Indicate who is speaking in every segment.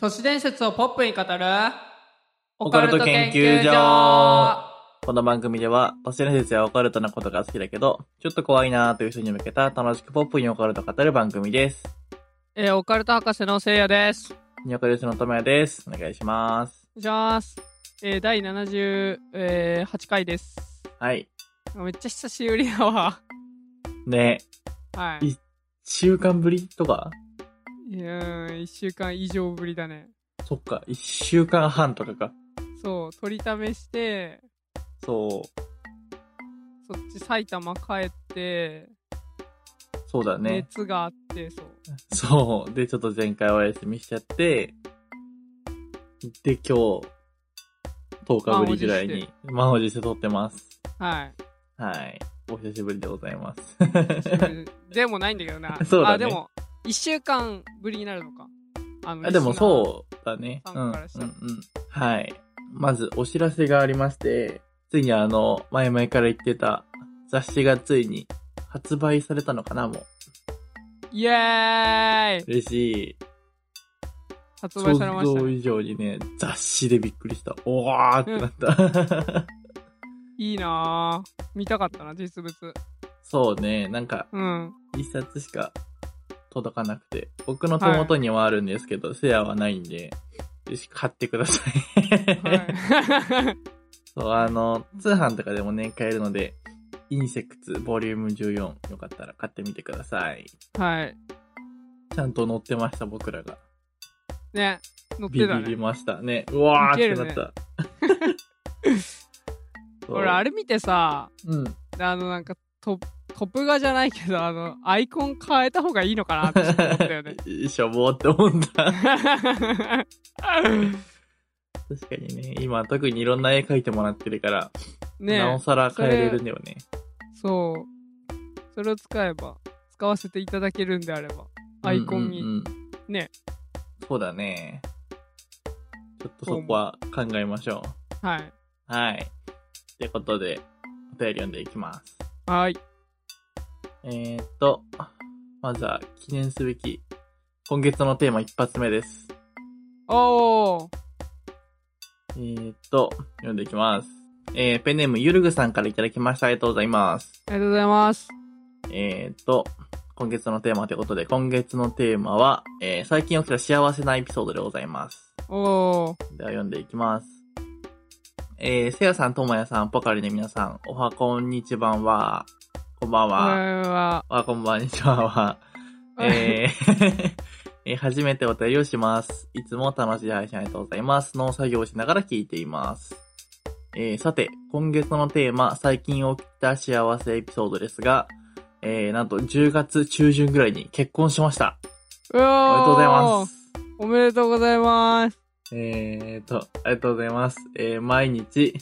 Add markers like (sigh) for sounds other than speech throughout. Speaker 1: 都市伝説をポップに語る
Speaker 2: オカルト研究所この番組では、都市伝説やオカルトなことが好きだけど、ちょっと怖いなーという人に向けた楽しくポップにオカルトを語る番組です。
Speaker 1: えーオカルト博士のせいやです
Speaker 2: ニョカルスのともやです。お願いします。
Speaker 1: じゃあすえー第78、えー8回です
Speaker 2: はい。
Speaker 1: めっちゃ久しぶりだわ
Speaker 2: ね、
Speaker 1: はい
Speaker 2: い週間ぶりとか
Speaker 1: いやー1週間以上ぶりだね
Speaker 2: そっか、一週間半とかか。
Speaker 1: そう取りためして
Speaker 2: そう、
Speaker 1: そっち埼玉帰って、
Speaker 2: そうだね。
Speaker 1: 熱があってそう
Speaker 2: そう。で、ちょっと前回お休みしちゃって、で、今日、10日ぶりぐらいに、満を持して撮ってます。 (laughs)
Speaker 1: はい
Speaker 2: はい。お久しぶりでございます。
Speaker 1: でもないんだけどな
Speaker 2: そうだね
Speaker 1: あでも1週間ぶりになるのかあの
Speaker 2: あでも
Speaker 1: リスナー
Speaker 2: そうだね。うん、
Speaker 1: さ
Speaker 2: うんん、う
Speaker 1: からしたら
Speaker 2: ん。はい。まずお知らせがありまして、ついにあの、前々から言ってた雑誌がついに発売されたのかなも
Speaker 1: イエーイ
Speaker 2: う。嬉しい。
Speaker 1: 発
Speaker 2: 想
Speaker 1: 売されました、
Speaker 2: 像
Speaker 1: ね、
Speaker 2: 以上にね、雑誌でびっくりした。おわーってなった。
Speaker 1: いいなぁ見たかったな実物
Speaker 2: (laughs) そうね、なんか、
Speaker 1: うん
Speaker 2: 一冊しか届かなくて。僕の手元にはあるんですけど、シェアはないんで、ぜひ買ってください。
Speaker 1: はい (laughs)
Speaker 2: そう、あの、通販とかでもね、買えるので、インセクツボリューム14、よかったら買ってみてください。
Speaker 1: はい
Speaker 2: ちゃんと載ってました、僕らが。
Speaker 1: ね乗って
Speaker 2: ビ
Speaker 1: た
Speaker 2: ビり
Speaker 1: ね
Speaker 2: ましたね。うわーっ
Speaker 1: いけ
Speaker 2: て
Speaker 1: る
Speaker 2: な
Speaker 1: ね
Speaker 2: った。
Speaker 1: (laughs)
Speaker 2: そう
Speaker 1: 俺あれ見てさ
Speaker 2: うん。
Speaker 1: あのなんかトトップガじゃないけどあのアイコン変えた方がいいのかなってちょっと思ったよね
Speaker 2: (laughs) しょぼーって思った。確かにね、今特にいろんな絵描いてもらってるから、
Speaker 1: ね
Speaker 2: なおさら変えれるんだよね。
Speaker 1: そう。それを使えば、使わせていただけるんであれば、アイコンに。
Speaker 2: うんうんうん
Speaker 1: ね。
Speaker 2: そうだね。ちょっとそこは考えましょ
Speaker 1: はい。
Speaker 2: う。はい。ってことで、お便り読んでいきます。
Speaker 1: はい。
Speaker 2: えーっと、まずは記念すべき、今月のテーマ一発目です。
Speaker 1: おー
Speaker 2: えーっと、読んでいきます。えー、ペンネームゆるぐさんからいただきました。ありがとうございます。
Speaker 1: ありがとうございます。
Speaker 2: えーっと、今月のテーマということで、今月のテーマは、えー最近起きた幸せなエピソードでございます。
Speaker 1: おー
Speaker 2: では読んでいきます。えー、せやさん、ともやさん、ポカリの皆さん、おはこんにちばんは。こんばん
Speaker 1: これ
Speaker 2: は。
Speaker 1: は、
Speaker 2: おはこんばんにちばんは。えーえー初めてお便りをします。いつも楽しい配信ありがとうございます。農作業をしながら聞いています。えーさて、今月のテーマ、最近起きた幸せエピソードですが、えーなんと10月中旬ぐらいに結婚しました。
Speaker 1: うわ
Speaker 2: お
Speaker 1: ー
Speaker 2: めでとうございます。。
Speaker 1: おめでとうございます。
Speaker 2: えーと、ありがとうございます。えー毎日、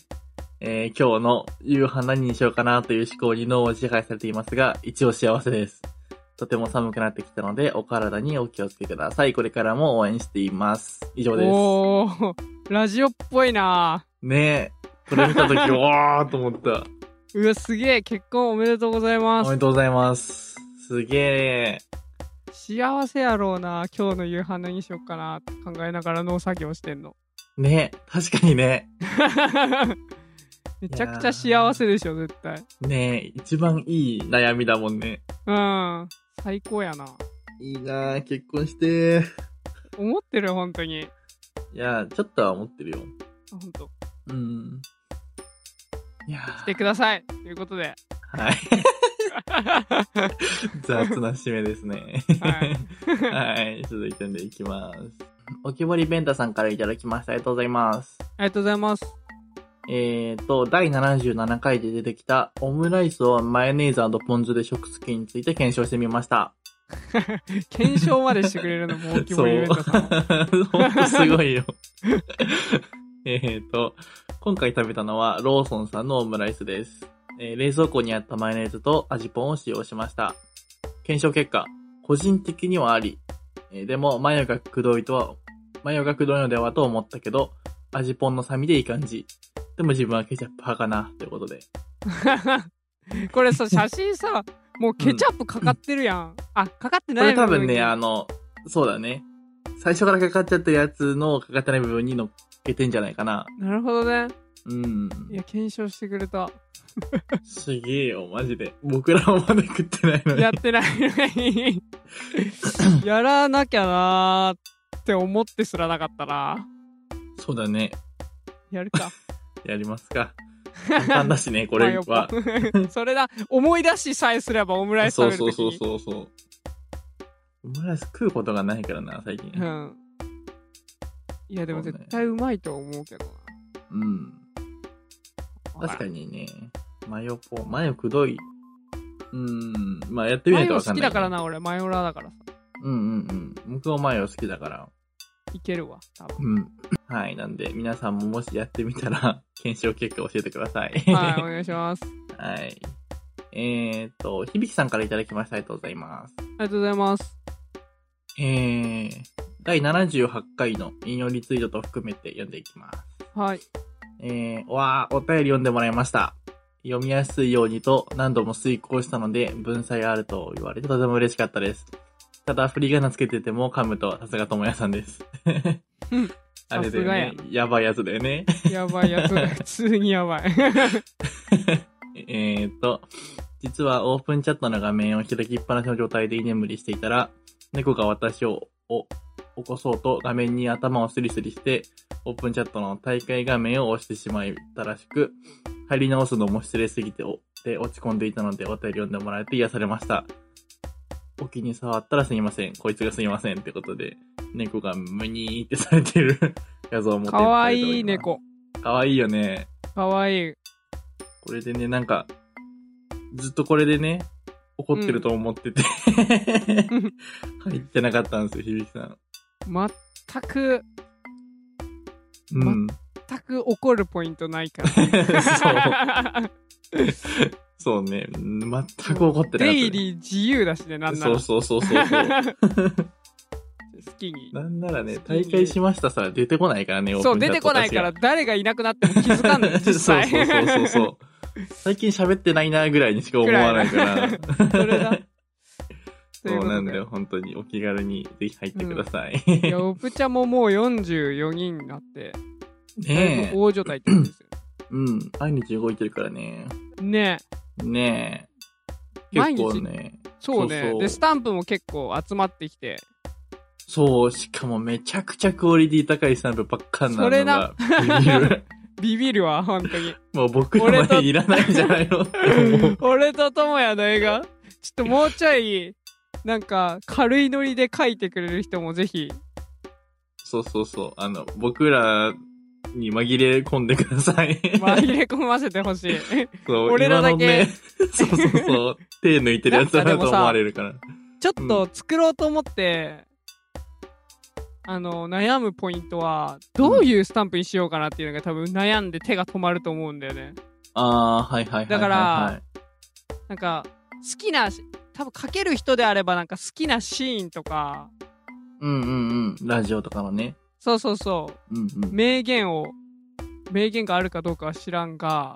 Speaker 2: えー今日の夕飯何にしようかなという思考に脳を支配されていますが、一応幸せです。とても寒くなってきたので、お体にお気をつけください。これからも応援しています。以上です。
Speaker 1: おーラジオっぽいな
Speaker 2: ねえ、これ見 (laughs) たとき、わーっと思った。
Speaker 1: うわ、すげえ。結婚おめでとうございま
Speaker 2: おめ
Speaker 1: す
Speaker 2: で。とうございます。すげえ。
Speaker 1: 幸せやろうな今日の夕飯何しよっかなって考えながら農作業してん
Speaker 2: (laughs)
Speaker 1: の。
Speaker 2: ねえ、確かにね。
Speaker 1: めちゃくちゃ幸せでしょ、絶対。
Speaker 2: ねえ、一番いい悩みだもんね。
Speaker 1: うん。最高やな。
Speaker 2: いいなぁ、結婚してー。
Speaker 1: 思ってる、本当に。
Speaker 2: いや、ちょっとは思ってるよ。
Speaker 1: 本当。
Speaker 2: うん。いや
Speaker 1: し
Speaker 2: (laughs) ー
Speaker 1: てください。ということで。 (laughs)
Speaker 2: はい。雑な締めですね。
Speaker 1: はい。
Speaker 2: はい。続いてんでいきます。おきぼり弁太さんからいただきました。ありがとうございます。
Speaker 1: ありがとうございます。
Speaker 2: えーと、第77回で出てきたオムライスをマヨネーズポン酢で食す件について検証してみました。
Speaker 1: 検証までしてくれるのも大きいもイベントさんは。
Speaker 2: (laughs) そう。ほんとすごいよ。えっと、今回食べたのはローソンさんのオムライスです。えー冷蔵庫にあったマヨネーズと味ポンを使用しました。検証結果、個人的にはあり。えーでも、マヨがくどいとは、マヨがくどいのではと思ったけど、味ポンの酸味でいい感じ。でも自分はケチャップ派かな、ということで。
Speaker 1: (laughs) これさ、写真さ、もうケチャップかかってるやん。あ、かかって
Speaker 2: こ
Speaker 1: ない
Speaker 2: れ多分
Speaker 1: 部分に
Speaker 2: ね、あの、そうだね。最初からかかっちゃったやつのかかってない部分に乗っけてんじゃないかな。
Speaker 1: なるほどね。
Speaker 2: うん。
Speaker 1: いや、検証してくれた。
Speaker 2: すげえよ、マジで。僕らはまだ食ってないのに
Speaker 1: やっ。てないの
Speaker 2: (laughs)
Speaker 1: にやらなきゃなーって思ってすらなかったな。
Speaker 2: そうだね。
Speaker 1: やるか。
Speaker 2: やります
Speaker 1: (laughs)
Speaker 2: か。簡単だしね、これは。
Speaker 1: は。 (laughs) それだ、思い出しさえすればオムライス
Speaker 2: そ
Speaker 1: 食
Speaker 2: う
Speaker 1: べるとき
Speaker 2: そう
Speaker 1: に。
Speaker 2: そうそうそう。オムライス食うことがないからな、最近。
Speaker 1: うん。いや、でも絶対うまいと思うけど
Speaker 2: うん。
Speaker 1: な。
Speaker 2: 確か
Speaker 1: に。
Speaker 2: にね。マヨポ、マヨくどい。うん。まあやってみな
Speaker 1: マ
Speaker 2: いと
Speaker 1: ヨ
Speaker 2: わか
Speaker 1: 好
Speaker 2: ん
Speaker 1: き
Speaker 2: ない、
Speaker 1: だから。な、俺。マヨラーだからさ。
Speaker 2: うんうんうん。僕もマヨ好きだから。
Speaker 1: いけるわ、多分。
Speaker 2: うん。はい。なんで、皆さんももしやってみたら、検証結果教えてください。
Speaker 1: はい、お願いします。
Speaker 2: (laughs) はい。えー、っと、響さんからいただきました。ありがとうございます。
Speaker 1: ありがとうございます。
Speaker 2: えー、第78回の引用リツイートと含めて読んでいきます。
Speaker 1: はい。
Speaker 2: えー、わー、お便り読んでもらいました。読みやすいようにと何度も遂行したので、文才あると言われてとても嬉しかったです。ただ、振り仮名つけてても噛むとはさすが友也さんです。 (laughs)
Speaker 1: うん
Speaker 2: あれだよね
Speaker 1: さす。
Speaker 2: やばいやつだよね。
Speaker 1: やばいやつ。普通にやば
Speaker 2: (laughs)
Speaker 1: い。
Speaker 2: えーっと、実はオープンチャットの画面を開きっぱなしの状態で居眠りしていたら、猫が私をお起こそうと画面に頭をスリスリして、オープンチャットの大会画面を押してしまったらしく、入り直すのも失礼すぎておで落ち込んでいたのでお便り読んでもらえて癒されました。お気に触ったらすいません。こいつがすいません。ってことで、猫がムニーってされてる (laughs) 画像を持って
Speaker 1: かわいい。猫。
Speaker 2: かわいいよね。
Speaker 1: かわいい。
Speaker 2: これでね、なんか、ずっとこれでね、怒ってると思ってて、入ってなかったんですよ、響さん。
Speaker 1: 全く、
Speaker 2: うん。
Speaker 1: 全く怒るポイントないか (laughs)
Speaker 2: そう。
Speaker 1: ら。
Speaker 2: そうね。全く怒ってなかった、
Speaker 1: 出入り自由だしね、なんな
Speaker 2: そう
Speaker 1: ら。
Speaker 2: そうそうそうそう。
Speaker 1: 好きに。
Speaker 2: なんならね、大会しましたさ、出てこないからね、
Speaker 1: そ
Speaker 2: オープ
Speaker 1: う、
Speaker 2: ン
Speaker 1: 出
Speaker 2: チャッ
Speaker 1: て
Speaker 2: ト
Speaker 1: こないから、誰がいなくなっても気づかんのよ、
Speaker 2: 確かに
Speaker 1: 実
Speaker 2: (laughs) そう
Speaker 1: 際。
Speaker 2: そうそうそうそう。最近喋ってないなぐらいにしか思わないから。
Speaker 1: それだ。とい
Speaker 2: そうう
Speaker 1: ことで
Speaker 2: なんだよ、本当に。お気軽にぜひ入ってください。
Speaker 1: いや、オプチャももう44人になって、だい
Speaker 2: (laughs) ね
Speaker 1: ぶ大所帯って感じですよ
Speaker 2: え。うん。毎日動いてるからね。
Speaker 1: ね。ね
Speaker 2: ねえ。
Speaker 1: 毎
Speaker 2: 結
Speaker 1: 日
Speaker 2: 構ね。
Speaker 1: そうね
Speaker 2: そうそう
Speaker 1: で、スタンプも結構集まってきて、
Speaker 2: そう、しかもめちゃくちゃクオリティ高いスタンプばっかんなの
Speaker 1: それ
Speaker 2: が
Speaker 1: な
Speaker 2: ビビ
Speaker 1: (laughs)
Speaker 2: る。
Speaker 1: ビビるわ、本当に。
Speaker 2: もう僕らまでいらないんじゃないのって思う。
Speaker 1: 俺と智也の映画、ちょっともうちょい、なんか、軽いノリで描いてくれる人もぜ
Speaker 2: (laughs)
Speaker 1: ひ、
Speaker 2: そうそうそう。あの、僕らに紛れ込んでください。
Speaker 1: 紛れ込ませてほしい。
Speaker 2: (laughs) そう
Speaker 1: 俺らだけ
Speaker 2: 今のねそうそうそう。手抜いてるやつだなと思われるから。
Speaker 1: ちょっと作ろうと思って、あの、悩むポイントは、どういうスタンプにしようかなっていうのが多分悩んで手が止まると思うんだよね。
Speaker 2: ああー、はいはいはいはいはい。
Speaker 1: だからなんか、好きな、多分書ける人であればなんか好きなシーンとか、
Speaker 2: うんうんうん。ラジオとかのね。
Speaker 1: そうそうそう
Speaker 2: うん、うん
Speaker 1: 名言を、名言があるかどうかは知らんが、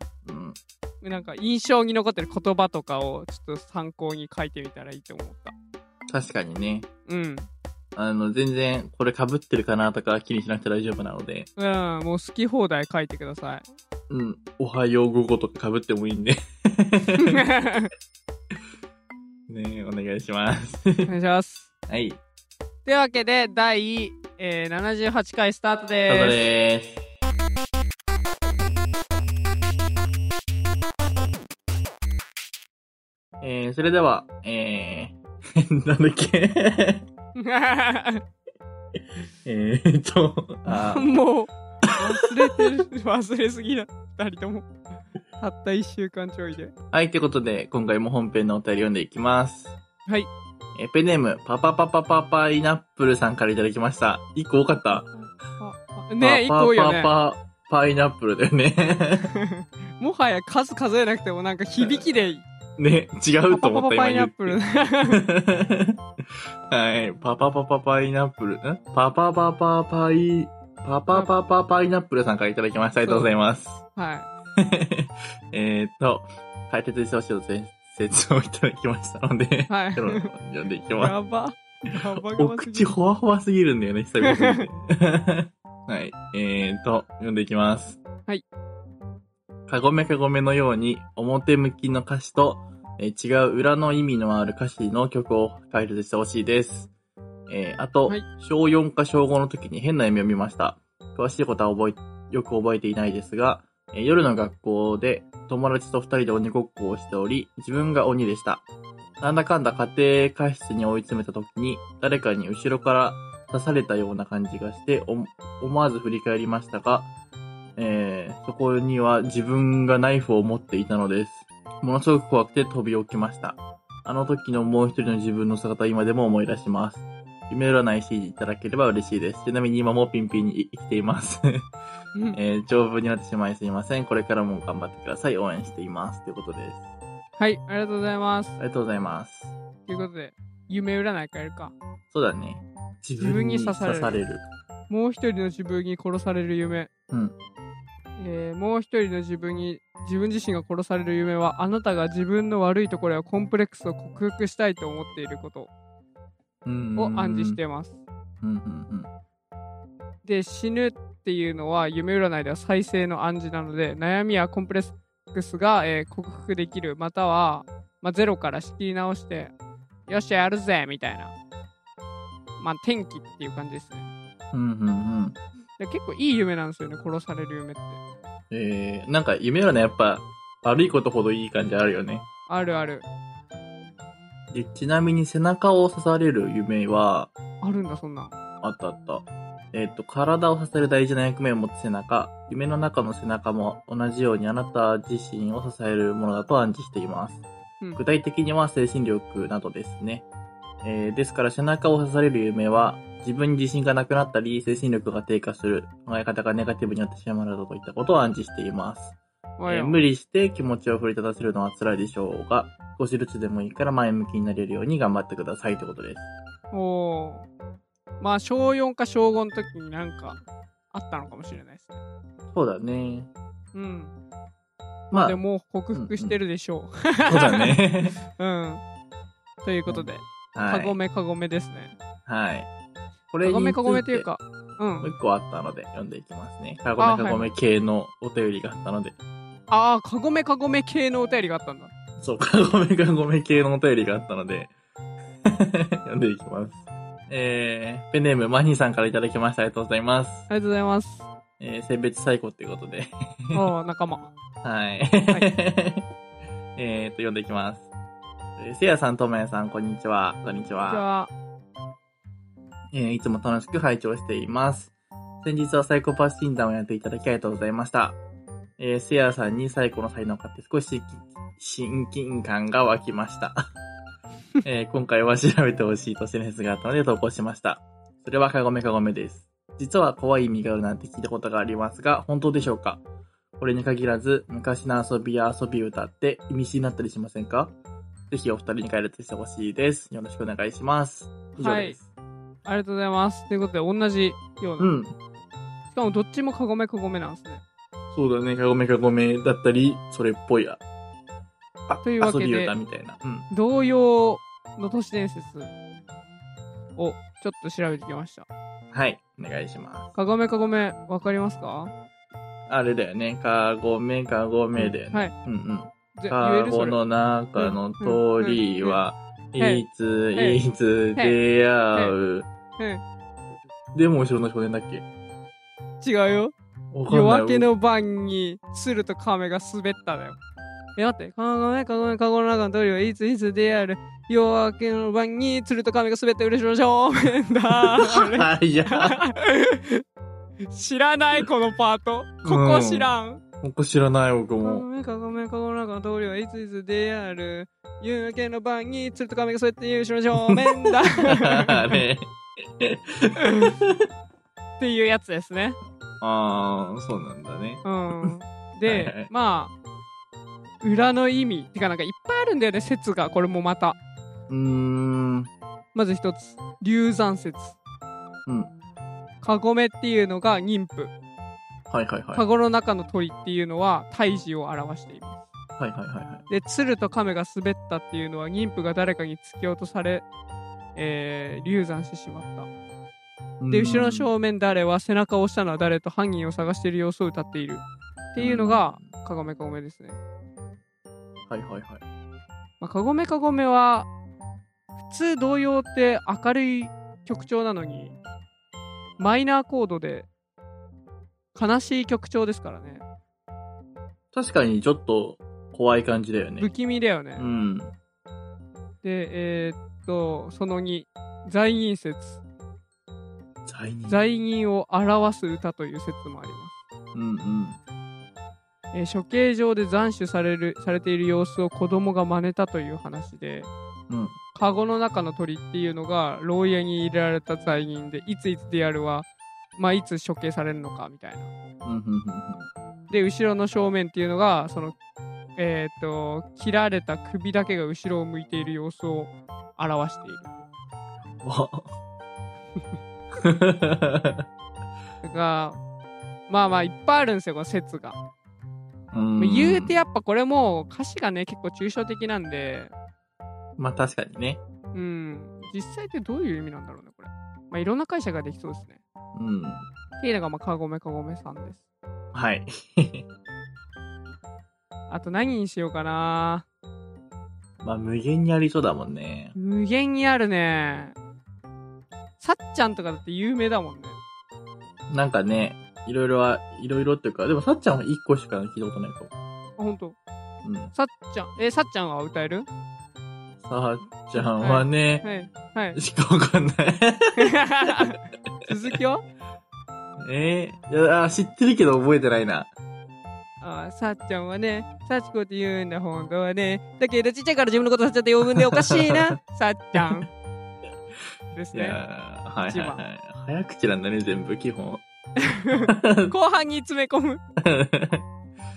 Speaker 2: うん。
Speaker 1: なんか印象に残ってる言葉とかをちょっと参考に書いてみたらいいと思った。
Speaker 2: 確かにね。
Speaker 1: うん。
Speaker 2: あの、全然これ被ってるかなとか気にしなくて大丈夫なので。
Speaker 1: うん、もう好き放題書いてくだ
Speaker 2: (laughs)
Speaker 1: さい。
Speaker 2: うん。おはよう午後とか被ってもいいんで。 (laughs) ねえ、お願いします。
Speaker 1: お願いします。
Speaker 2: はい。ス
Speaker 1: というわけで第、えー78回スタート
Speaker 2: タート
Speaker 1: で
Speaker 2: でーす。えー、それでは、えー、 (laughs) なんだっけ (laughs) えーっと、あ
Speaker 1: (laughs) すもう忘れてる忘れすぎだ2人ともたった1週間ちょいで
Speaker 2: はい、ということで、今回も本編のお便り読んでいきます。
Speaker 1: はい。
Speaker 2: えーペンネーム、パパパパパパイナップルさんからいただきました。1個多かった。
Speaker 1: ああねえ1
Speaker 2: パパ
Speaker 1: 個多いよね
Speaker 2: パパパイナップルだよね。 (laughs)
Speaker 1: (laughs) もはや数数えなくてもなんか響きで
Speaker 2: ね、違
Speaker 1: パ
Speaker 2: うと
Speaker 1: パパ
Speaker 2: 思
Speaker 1: パ
Speaker 2: った、
Speaker 1: パイナッ
Speaker 2: 今
Speaker 1: プル
Speaker 2: 言ってはい、パパパパパイナップル、んパパパパパイ、パパパパパイナップルさんからいただきました。ありがとうございます。
Speaker 1: は
Speaker 2: えーっと、解説してほしいと説説をいただきましたので、
Speaker 1: はい
Speaker 2: 読んでいき (laughs)
Speaker 1: い
Speaker 2: ます。
Speaker 1: やばガバガ
Speaker 2: お
Speaker 1: バすぎ
Speaker 2: 口
Speaker 1: る。
Speaker 2: ほわほわすぎるんだよね、久々に見
Speaker 1: (laughs)
Speaker 2: て。はい。えーと、読んでいきます。
Speaker 1: はい。
Speaker 2: かごめかごめのように、表向きの歌詞と、えー違う裏の意味のある歌詞の曲を解説してほしいです。えーあと、
Speaker 1: はい
Speaker 2: 小4か小5の時に変な夢を見ました。詳しいことは覚え、よく覚えていないですが、えー夜の学校で友達と二人で鬼ごっこをしており、自分が鬼でした。なんだかんだ家庭科室に追い詰めた時に、誰かに後ろから刺されたような感じがして、お思わず振り返りましたが、えーそこには自分がナイフを持っていたのです。ものすごく怖くて飛び起きました。あの時のもう一人の自分の姿を今でも思い出します。夢占いしていただければ嬉しいです。ちなみに今もピンピンに生きています。 (laughs)
Speaker 1: うん
Speaker 2: えー長文になってしまいすいません。これからも頑張ってください。応援しています。ということです。
Speaker 1: はい、ありがとうございます。
Speaker 2: ありがとうございます。
Speaker 1: ということで、夢占いからやるか。
Speaker 2: そうだね。自
Speaker 1: 分に刺される
Speaker 2: 刺さ
Speaker 1: もう一人の自分に殺される夢。
Speaker 2: うん
Speaker 1: えーもう一人の自分に、自分自身が殺される夢は、あなたが自分の悪いところやコンプレックスを克服したいと思っていること
Speaker 2: うん
Speaker 1: を暗示し。ています。
Speaker 2: うんうん
Speaker 1: で、死ぬっていうのは、夢占いでは再生の暗示なので、悩みやコンプレックスが、えー克服できる、または、まあ、ゼロから仕切り直して、よっしゃ、やるぜみたいな。まあ、天気っていう感じですね。
Speaker 2: うん。うんうんうん。
Speaker 1: で結構いい夢なんですよね、殺される夢って。
Speaker 2: えー、なんか夢はね、やっぱ、悪いことほどいい感じあるよね。
Speaker 1: あるある。
Speaker 2: で、ちなみに背中を刺される夢は、
Speaker 1: あるんだ、そんなん。
Speaker 2: あったあった。えっ、と、体を支える大事な役目を持つ背中、夢の中の背中も同じようにあなた自身を支えるものだと暗示しています。
Speaker 1: うん
Speaker 2: 具体的には精神力などですね。えーですから背中を刺される夢は、自分に自信がなくなったり、精神力が低下する、考え方がネガティブになってしまうなどといったことを暗示しています。
Speaker 1: わ
Speaker 2: えー
Speaker 1: よ
Speaker 2: 無理して気持ちを奮い立たせるのは辛いでしょうが、少しずつでもいいから前向きになれるように頑張ってくださいってことです。
Speaker 1: おーまあ、小4か小5の時になんか、あったのかもしれないですね。
Speaker 2: そうだね。
Speaker 1: うん。
Speaker 2: まあ、
Speaker 1: でも、もう克服してるでしょ
Speaker 2: そうだ
Speaker 1: (laughs)
Speaker 2: ね。
Speaker 1: う。うん。ということで、
Speaker 2: は
Speaker 1: か
Speaker 2: い。
Speaker 1: ごめかごめですね。
Speaker 2: はい。こ
Speaker 1: か
Speaker 2: れにつ
Speaker 1: ご
Speaker 2: い
Speaker 1: め
Speaker 2: て
Speaker 1: かごめというか、う。
Speaker 2: もうん一個あったので読んでいきますね。か
Speaker 1: あ
Speaker 2: ご
Speaker 1: はい
Speaker 2: めかごめ系のお便りがあったので。
Speaker 1: ああ、かごめかごめ系のお便りがあったんだ。
Speaker 2: そう、 (laughs) かごめかごめ系のお便りがあったので。 (laughs) 読んでいきます。えー、ペンネームマニーさんからいただきました。ありがとうございます。
Speaker 1: ありがとうござい
Speaker 2: (laughs)
Speaker 1: ます。
Speaker 2: えー、性別最高っていうことで。
Speaker 1: おー仲間。
Speaker 2: はい。 (laughs) えーっと、読んでいきます。えーせいやさん、ともやさん、こんにちは。こんにちは。
Speaker 1: じゃあ、
Speaker 2: えーいつも楽しく拝聴しています。先日はサイコパス診断をやっていただきありがとうございました。えー、セアさんにサイコの才能を買って少し親近感が湧きました。 (laughs) えー今回は調べてほしい都市伝説があったので投稿しました。それはカゴメカゴメです。実は怖い意味があるなんて聞いたことがありますが、本当でしょうかこれに限らず、昔の遊びや遊び歌って意味深になったりしませんかぜひお二人に解説してほしいです。よろしくお願いします。以上です。
Speaker 1: ありがとうございます。ということで、同じような。
Speaker 2: うん。
Speaker 1: しかも、どっちもかごめかごめなんですね。
Speaker 2: そうだね、かごめかごめだったり、それっぽいあ、あ
Speaker 1: というわけで
Speaker 2: 遊び歌みたいな。うん。
Speaker 1: 同様の都市伝説をちょっと調べてきました。
Speaker 2: はい、お願いします。
Speaker 1: かごめかごめ、わかりますか
Speaker 2: あれだよね、かごめかごめだよね。
Speaker 1: はい。
Speaker 2: うんうん。
Speaker 1: ぜ言え
Speaker 2: か
Speaker 1: るそ
Speaker 2: ご
Speaker 1: れ。
Speaker 2: の中の鳥
Speaker 1: う
Speaker 2: は、
Speaker 1: んうんうんうん
Speaker 2: いつ
Speaker 1: へい
Speaker 2: いつ出会う。
Speaker 1: うん
Speaker 2: でも後ろの少年だっけ
Speaker 1: 違うよ。
Speaker 2: わかんない
Speaker 1: 夜明けの晩に鶴と亀が滑っただよ。え、待って、かごめかごめかごの中の鳥はいついつ出会える。夜明けの晩に鶴と亀が滑って嬉しの正面だ。
Speaker 2: あいや、 (laughs)
Speaker 1: 知らないこのパート。ここ知らん。
Speaker 2: 僕知らない、僕
Speaker 1: かご
Speaker 2: も。 (laughs)
Speaker 1: めかごめかごの中の通りはいついつである。夕焼けの晩に鶴と亀がそうやって優勝の正面だ。
Speaker 2: あ
Speaker 1: っ
Speaker 2: れ。
Speaker 1: ていうやつですね。
Speaker 2: ああ、そうなんだね。
Speaker 1: うん。
Speaker 2: はいはい
Speaker 1: で、まあ、裏の意味。てかなんかいっぱいあるんだよね、説が。これもまた。
Speaker 2: うーん。
Speaker 1: まず一つ。流産説。
Speaker 2: うん。
Speaker 1: カゴメっていうのが妊婦。
Speaker 2: はいはいはい。
Speaker 1: カゴの中の鳥っていうのは胎児を表しています。
Speaker 2: はいはいはいはい。
Speaker 1: で、鶴と亀が滑ったっていうのは、妊婦が誰かに突き落とされえー流産してしまった。
Speaker 2: うん
Speaker 1: で、後ろの正面誰は背中を押したのは誰と犯人を探している様子を歌っている。っていうのが、かごめかごめですね。
Speaker 2: はいはいはい。
Speaker 1: まあ、かごめかごめは、普通童謡って明るい曲調なのに、マイナーコードで、悲しい曲調ですからね。
Speaker 2: 確かにちょっと怖い感じだよね
Speaker 1: 不。気味だよね。
Speaker 2: うん。
Speaker 1: で、えーっと、その2、在銀説。
Speaker 2: 罪人。
Speaker 1: 在銀を表す歌という説もあります。
Speaker 2: うんうん。
Speaker 1: えー処刑場で斬首されるされている様子を子供が真似たという話で、
Speaker 2: うん。
Speaker 1: カゴの中の鳥っていうのが牢屋に入れられた罪人で、いついつでやるは、まあ、いつ処刑されるのかみたいな。
Speaker 2: うんうん
Speaker 1: で、後ろの正面っていうのが、その、えーっと、切られた首だけが後ろを向いている様子を表している。
Speaker 2: う
Speaker 1: (laughs)
Speaker 2: ん。わう
Speaker 1: だから、まあまあ、いっぱいあるんですよ、この説が。
Speaker 2: ん
Speaker 1: 言うてやっぱこれも歌詞がね結構抽象的なんで
Speaker 2: まあ確かにね。
Speaker 1: うん実際ってどういう意味なんだろうねこれまあいろんな解釈ができそうですね
Speaker 2: うん。
Speaker 1: っていうのがまあかごめかごめさんです (laughs)
Speaker 2: はい。
Speaker 1: あと何にしようかな
Speaker 2: まあ無限にありそうだもんね。
Speaker 1: 無限にあるねさっちゃんとかだって有名だもんね
Speaker 2: なんかね、いろいろは、いろいろっていうか、でもさっちゃんは一個しか聞いたことないかも。
Speaker 1: あほんと
Speaker 2: うん。
Speaker 1: さっちゃんえさっちゃんは歌える
Speaker 2: さっちゃんはね、
Speaker 1: はいはい
Speaker 2: (laughs) しかわかんない。
Speaker 1: 続きは
Speaker 2: えー、いや、あー知ってるけど覚えてないな。
Speaker 1: あさっちゃんはね、さちこって言うんだ、本当はね。だけど、ちっちゃいから自分のことさっちゃって呼ぶんでおかしい
Speaker 2: (laughs)
Speaker 1: な、さっちゃん。です
Speaker 2: い
Speaker 1: ね。
Speaker 2: やー、はい
Speaker 1: 一
Speaker 2: はい
Speaker 1: 番
Speaker 2: はい。早口なんだね、全部、
Speaker 1: (laughs)
Speaker 2: 基本。
Speaker 1: 後半に詰め込む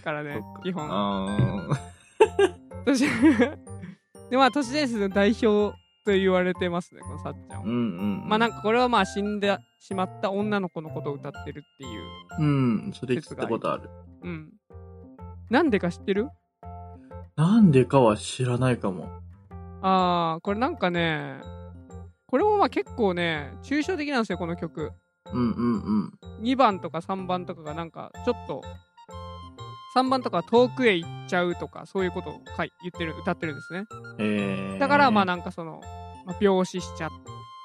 Speaker 1: から
Speaker 2: そ
Speaker 1: ね
Speaker 2: っか、
Speaker 1: 基本。
Speaker 2: あ
Speaker 1: 都市 (laughs) で、まあ、都市伝説の代表と言われてますね、このさっちゃんは
Speaker 2: ーうんうん。
Speaker 1: まあ、なん
Speaker 2: か、
Speaker 1: かこれはまあ、死んでしまった女の子のことを歌ってるっていう。
Speaker 2: うん、それ聞いたことある。
Speaker 1: うん。なんでか知ってる
Speaker 2: なんでかは知らないかも。
Speaker 1: あー、これなんかね、これもまあ結構ね、抽象的なんですよ、この曲。
Speaker 2: うんうんうん。
Speaker 1: 2番とか3番とかがなんかちょっと3番とかは遠くへ行っちゃうとかそういうことを書い言ってる歌ってるんですね
Speaker 2: えー。
Speaker 1: だからまあ
Speaker 2: な。
Speaker 1: なんかその、まあ病死しちゃっ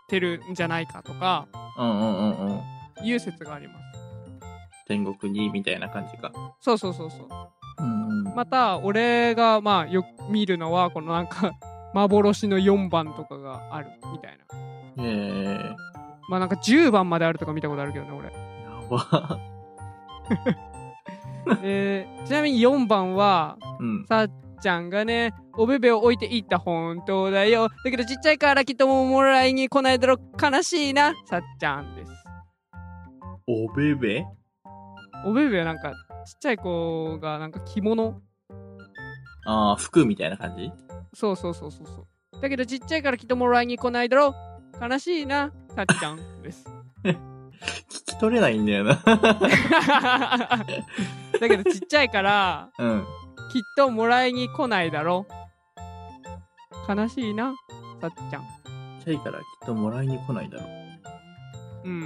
Speaker 1: てるんじゃないかとか
Speaker 2: うんうんうんうん。
Speaker 1: いう説があります
Speaker 2: 天国に、みたいな感じか。
Speaker 1: そうそうそうそう
Speaker 2: うんうん。
Speaker 1: また俺がまあよく見るのはこのなんか (laughs) 幻の4番とかがあるみたいな
Speaker 2: えー。
Speaker 1: まあなんか10番まであるとか見たことあるけどね俺
Speaker 2: やば。 (laughs)
Speaker 1: えーちなみに4番は
Speaker 2: うん。
Speaker 1: さっちゃんがね、おべべを置いていった本当だよ。だけどちっちゃいからきっともうもらいに来ないだろ。悲しいな、さっちゃんです。
Speaker 2: おべべ
Speaker 1: おべべはなんか、ちっちゃい子がなんか着物
Speaker 2: ああ、服みたいな感じ
Speaker 1: そうそうそうそうそう。だけどちっちゃいからきっともらいに来ないだろ。悲しいな、さっちゃんです。
Speaker 2: 聞き取れないんだよな。
Speaker 1: (laughs)
Speaker 2: (laughs)
Speaker 1: だけどちっちゃいから、
Speaker 2: うん。
Speaker 1: きっともらいに来ないだろ。悲しいな、さっちゃん。
Speaker 2: チャイからきっともらいに来ないだろ
Speaker 1: うん。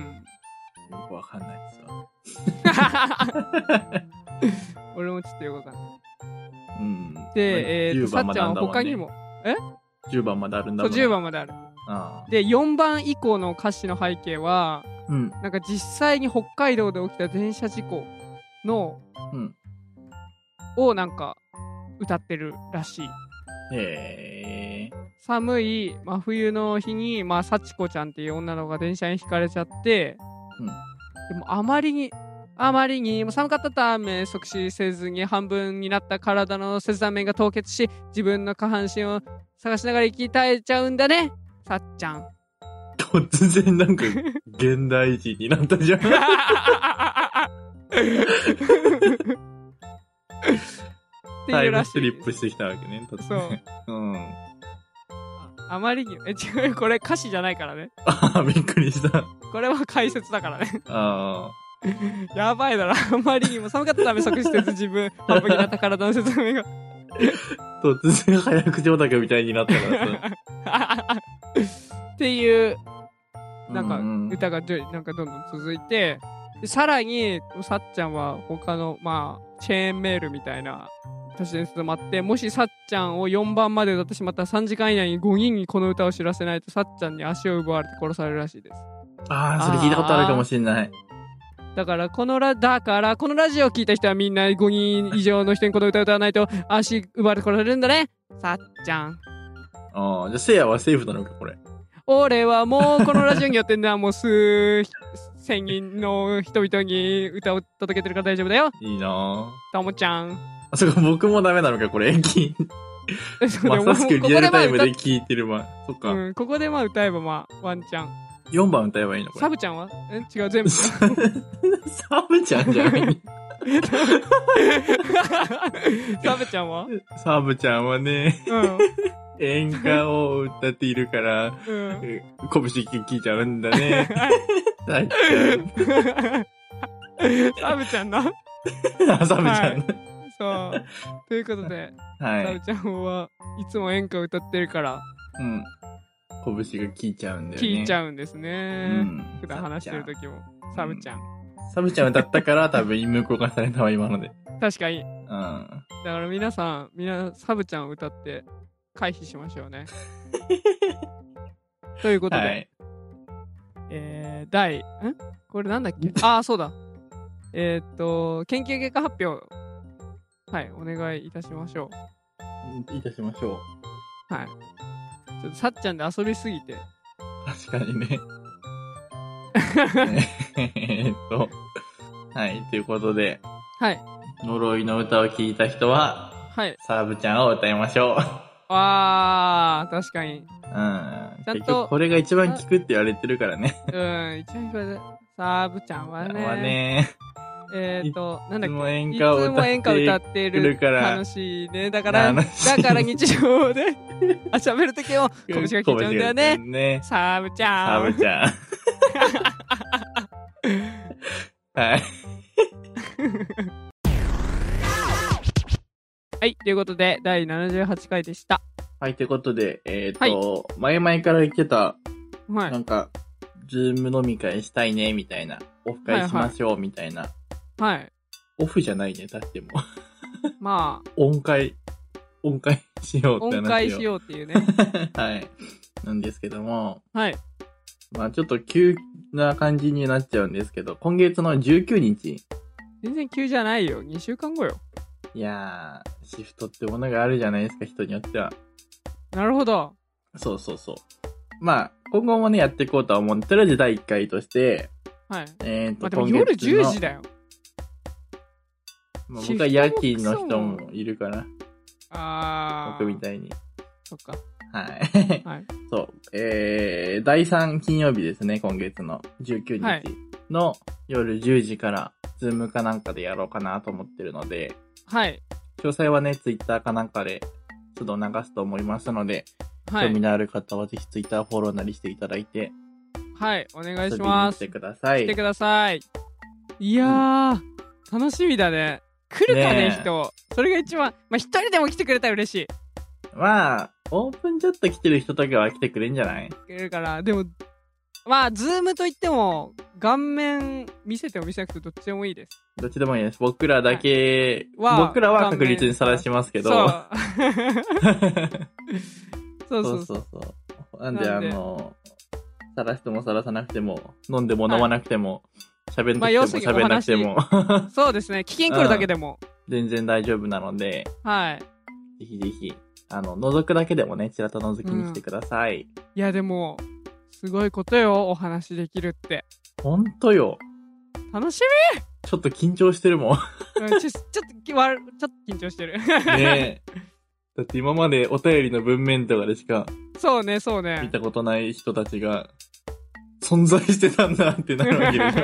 Speaker 2: う。よくわかんないですわ。
Speaker 1: 俺もちょっとよくわかんない。
Speaker 2: うん。
Speaker 1: で、えーと、
Speaker 2: 10
Speaker 1: さ
Speaker 2: 番
Speaker 1: っ
Speaker 2: ま
Speaker 1: ち
Speaker 2: で
Speaker 1: ゃ
Speaker 2: あ
Speaker 1: ん
Speaker 2: ん
Speaker 1: は
Speaker 2: だ
Speaker 1: 他
Speaker 2: んね
Speaker 1: にも、
Speaker 2: 10番まであるんだ
Speaker 1: そう、
Speaker 2: もんね
Speaker 1: 10。番まである。
Speaker 2: ああ。
Speaker 1: で、4番以降の歌詞の背景は、
Speaker 2: うん。
Speaker 1: なんか実際に北海道で起きた電車事故の、
Speaker 2: うん
Speaker 1: をなんか歌ってるらしい。
Speaker 2: へえ。
Speaker 1: 寒い真冬の日に、まあ、幸子ちゃんっていう女の子が電車にひかれちゃって、
Speaker 2: うん
Speaker 1: でもあまりに、あまりにもう寒かったため即死せずに半分になった体の切断面が凍結し、自分の下半身を探しながら生き絶えちゃうんだね、さっちゃ
Speaker 2: (laughs)
Speaker 1: ん。
Speaker 2: 突然なんか、現代人になっ
Speaker 1: (laughs)
Speaker 2: たじゃん。
Speaker 1: って
Speaker 2: タ
Speaker 1: い
Speaker 2: イ
Speaker 1: うら
Speaker 2: ム
Speaker 1: し
Speaker 2: ス
Speaker 1: い
Speaker 2: リッ
Speaker 1: で
Speaker 2: プ
Speaker 1: す。
Speaker 2: してきたわけね。突然
Speaker 1: そう。
Speaker 2: うん。
Speaker 1: ああまりに、え、違う、これ歌詞じゃないからね。
Speaker 2: ああ、びっくりした。
Speaker 1: これは解説だからね。
Speaker 2: ああ。
Speaker 1: やばいだろ、 (laughs) あまりにも寒かったため即死せず自
Speaker 2: (laughs)
Speaker 1: 分、半分になった体の説明が。 (laughs)
Speaker 2: 突然早口オタクみたいになったからさ。
Speaker 1: っていう (laughs) なんか
Speaker 2: ううん
Speaker 1: 歌がじゅなんかどんどん続いて、でさらに、さっちゃんは他の、まあ、チェーンメールみたいな都市伝説もあって、もしさっちゃんを4番まで歌ってしまったら3時間以内に5人にこの歌を知らせないと、さっちゃんに足を奪われて殺されるらしいです。
Speaker 2: ああ、それ聞いたことあるかもしれない。
Speaker 1: だから、このラ、だから、このラジオを聞いた人はみんな5人以上の人にこの歌を歌わないと足奪われて殺されるんだね。さっちゃん。
Speaker 2: ああ、じゃあ、せいやはセーフなのか、これ。
Speaker 1: 俺はもうこのラジオによってな、もう数千人の人々に歌を届けてるから大丈夫だよ。
Speaker 2: いいな
Speaker 1: ともちゃん。
Speaker 2: あ。あ、そっか、僕もダメなのか、これ。
Speaker 1: (laughs)
Speaker 2: 聞いまさしくリアルタイムで聞いてるわ。そっか。
Speaker 1: うん、ここでまあ歌えばまあワンチャン。
Speaker 2: 4番歌えばいいのこれ。
Speaker 1: サブちゃんはえ違う、全
Speaker 2: (laughs)
Speaker 1: 部。
Speaker 2: サブちゃんじゃない。
Speaker 1: サブちゃんは
Speaker 2: サブちゃんはね、
Speaker 1: うん。
Speaker 2: 演歌を歌っているから、 (laughs)
Speaker 1: うん。
Speaker 2: え拳聞いちゃうんだね。さっち
Speaker 1: サブちゃんな。
Speaker 2: ゃん。あサブちゃんね。
Speaker 1: そう。ということで、
Speaker 2: は
Speaker 1: サ
Speaker 2: い
Speaker 1: ブ。ちゃんはいつも演歌を歌ってるから、
Speaker 2: うん。拳が聞いちゃうんだよね。
Speaker 1: 聴いち
Speaker 2: う。
Speaker 1: ゃうんです
Speaker 2: う
Speaker 1: ね。
Speaker 2: ん。
Speaker 1: 普段話してる時も。サブちゃん。
Speaker 2: サブちゃん歌ったから多分無効化されたわ、今ので。
Speaker 1: 確かに。
Speaker 2: うん。
Speaker 1: だから皆さん、みんなサブちゃんを歌って回避しましょうね。ということで、
Speaker 2: はい。
Speaker 1: えー、第、んこれなんだっけああ、そうだ。えーっと、研究結果発表。はい、お願いいたしましょ
Speaker 2: いたしましょう。
Speaker 1: う。はい。ちょっとさっちゃんで遊びすぎて。
Speaker 2: 確かに
Speaker 1: (laughs)
Speaker 2: ね。えーっと。はい、ということで、
Speaker 1: はい、
Speaker 2: 呪いの歌を聴いた人は、
Speaker 1: はい。
Speaker 2: サブちゃんを歌いましょう。
Speaker 1: あー、確かに。
Speaker 2: うん。
Speaker 1: ちゃんと
Speaker 2: 結局これが一番効くって言われてるからね。
Speaker 1: うん、一番これサブちゃんはね。
Speaker 2: (laughs) はね、
Speaker 1: えーっと、なんだ
Speaker 2: いつ
Speaker 1: っけ
Speaker 2: も演
Speaker 1: いつ
Speaker 2: 歌を歌
Speaker 1: も
Speaker 2: って
Speaker 1: 演歌歌って
Speaker 2: くる
Speaker 1: る
Speaker 2: から
Speaker 1: 楽しいね。だから、だ
Speaker 2: 楽しい
Speaker 1: から日常
Speaker 2: (laughs)
Speaker 1: で、あ、喋るときも、拳が聞いちゃうんだよね。
Speaker 2: ね。
Speaker 1: サブちゃ
Speaker 2: サブ
Speaker 1: ん。
Speaker 2: ちゃん。
Speaker 1: (laughs)
Speaker 2: はい。
Speaker 1: はい、ということで、第78回でした。
Speaker 2: はい、ということで、えーっと、前々から言ってた、
Speaker 1: はい
Speaker 2: な。んか、ズーム飲み会したいね、みたいな。オフ会しましょう、みたいな。
Speaker 1: はい。
Speaker 2: オフじゃないね、だっても
Speaker 1: まあ、
Speaker 2: う。音階、音階しようって話を。
Speaker 1: 音階しようって
Speaker 2: (laughs)
Speaker 1: いうね。
Speaker 2: う。はい。なんですけども、
Speaker 1: はい。
Speaker 2: まあちょっと急な感じになっちゃうんですけど、今月の19日、
Speaker 1: 全然急じゃないよ。2週間後よ。
Speaker 2: いやー、シフトってものがあるじゃないですか、人によっては。
Speaker 1: なるほど。
Speaker 2: そうそうそう。まあ、今後もね、やっていこうとは思うんで、とりあえず第1回として、
Speaker 1: はい。
Speaker 2: えー
Speaker 1: まあで
Speaker 2: と、
Speaker 1: も
Speaker 2: 今
Speaker 1: 夜
Speaker 2: 月の
Speaker 1: 10時だよ。
Speaker 2: まあ、僕は夜勤の人もいるから、
Speaker 1: あー。
Speaker 2: 僕みたいに。
Speaker 1: そっか。
Speaker 2: はい。
Speaker 1: はい。
Speaker 2: そう。えー、第3金曜日ですね、今月の19
Speaker 1: はい
Speaker 2: 日の夜10時から、ズームかなんかでやろうかなと思ってるので、
Speaker 1: はい。
Speaker 2: 詳細はね、ツイッターかなんかで、ちょっと流すと思いますので、
Speaker 1: は
Speaker 2: 興味
Speaker 1: い。
Speaker 2: のある方はぜひツイッターフォローなりしていただいて、
Speaker 1: はい。お願いし
Speaker 2: 遊びに来
Speaker 1: ます
Speaker 2: て。くださ
Speaker 1: 来て
Speaker 2: い
Speaker 1: く。ださい。いやー、楽しみだね。来るかね、
Speaker 2: ねえ
Speaker 1: 人。それが一番、まあ、一人でも来てくれたら嬉しい。
Speaker 2: まあ、オープンチャット来てる人とかは来てくれんじゃない
Speaker 1: 来れるから、でも、まあ、ズームといっても、顔面見せても見せなくてどっちでもいいです。
Speaker 2: どっちでもいいです。僕らだけ、
Speaker 1: はいは
Speaker 2: 僕らは
Speaker 1: 顔面
Speaker 2: 確率にさらしますけど、
Speaker 1: そう
Speaker 2: (laughs)
Speaker 1: そうそううそ。
Speaker 2: そそううそう。なんで、
Speaker 1: なんで
Speaker 2: あの、さらしてもさらさなくても、飲んでも飲まなくても、喋、
Speaker 1: まあ
Speaker 2: んな
Speaker 1: 要
Speaker 2: く
Speaker 1: する
Speaker 2: て
Speaker 1: に
Speaker 2: も、喋んなくても、 (laughs)
Speaker 1: そうですね。危険来るだけでも。
Speaker 2: 全然大丈夫なので、
Speaker 1: はい。
Speaker 2: ぜひぜひ、あの、覗くだけでもね、ちらっと覗きに来てください。
Speaker 1: いや、でも、すごいことよ、お話できるって。
Speaker 2: ほんとよ。
Speaker 1: 楽し
Speaker 2: ちょっと緊張してるもん。
Speaker 1: み、うんちょちょっときわ、ちょっと緊張してる。 (laughs)
Speaker 2: ねえ。 (laughs) だって今までお便りの文面とかでしか
Speaker 1: そうね、そうね。
Speaker 2: 見たことない人たちが、存在してたんだってなるわけでし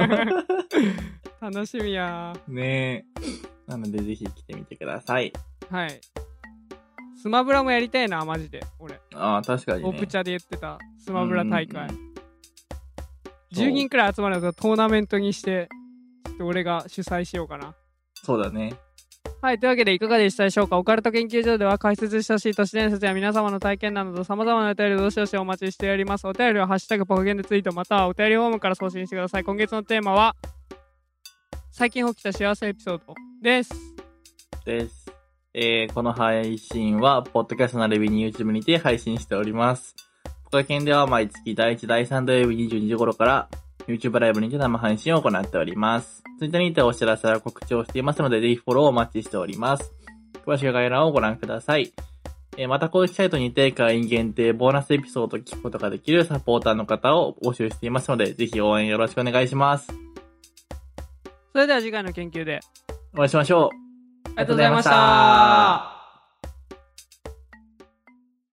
Speaker 1: 楽しみや (laughs)
Speaker 2: ょ。ねえ。なので、ぜひ来てみてください。
Speaker 1: はいスマブラもやりたいなマジで俺、
Speaker 2: ああ、確かにね。
Speaker 1: オプチャで言ってたスマブラ大会、
Speaker 2: うんうんそう
Speaker 1: 10人くらい集まるのトーナメントにしてちょっと俺が主催しようかな
Speaker 2: そうだね。
Speaker 1: はい。というわけで、いかがでしたでしょうかオカルト研究所では解説してほしい都市伝説や皆様の体験など、様々なお便りをどしどしお待ちしております。お便りは、ハッシュタグポカゲンでツイート、またはお便りフォームから送信してください。今月のテーマは、最近起きた幸せエピソードです。
Speaker 2: です。えーこの配信は、ポッドキャストなレビに YouTube にて配信しております。ポカケンでは毎月第1、第3土曜日22時頃から、YouTube ライブにて生配信を行っております。Twitter にてお知らせや告知をしていますので、ぜひフォローをお待ちしております。詳しく概要欄をご覧ください。えーまた公式サイトにて会員限定ボーナスエピソードを聞くことができるサポーターの方を募集していますので、ぜひ応援よろしくお願いします。
Speaker 1: それでは次回の研究で。
Speaker 2: お会いしましょう。
Speaker 1: ありがとうございました。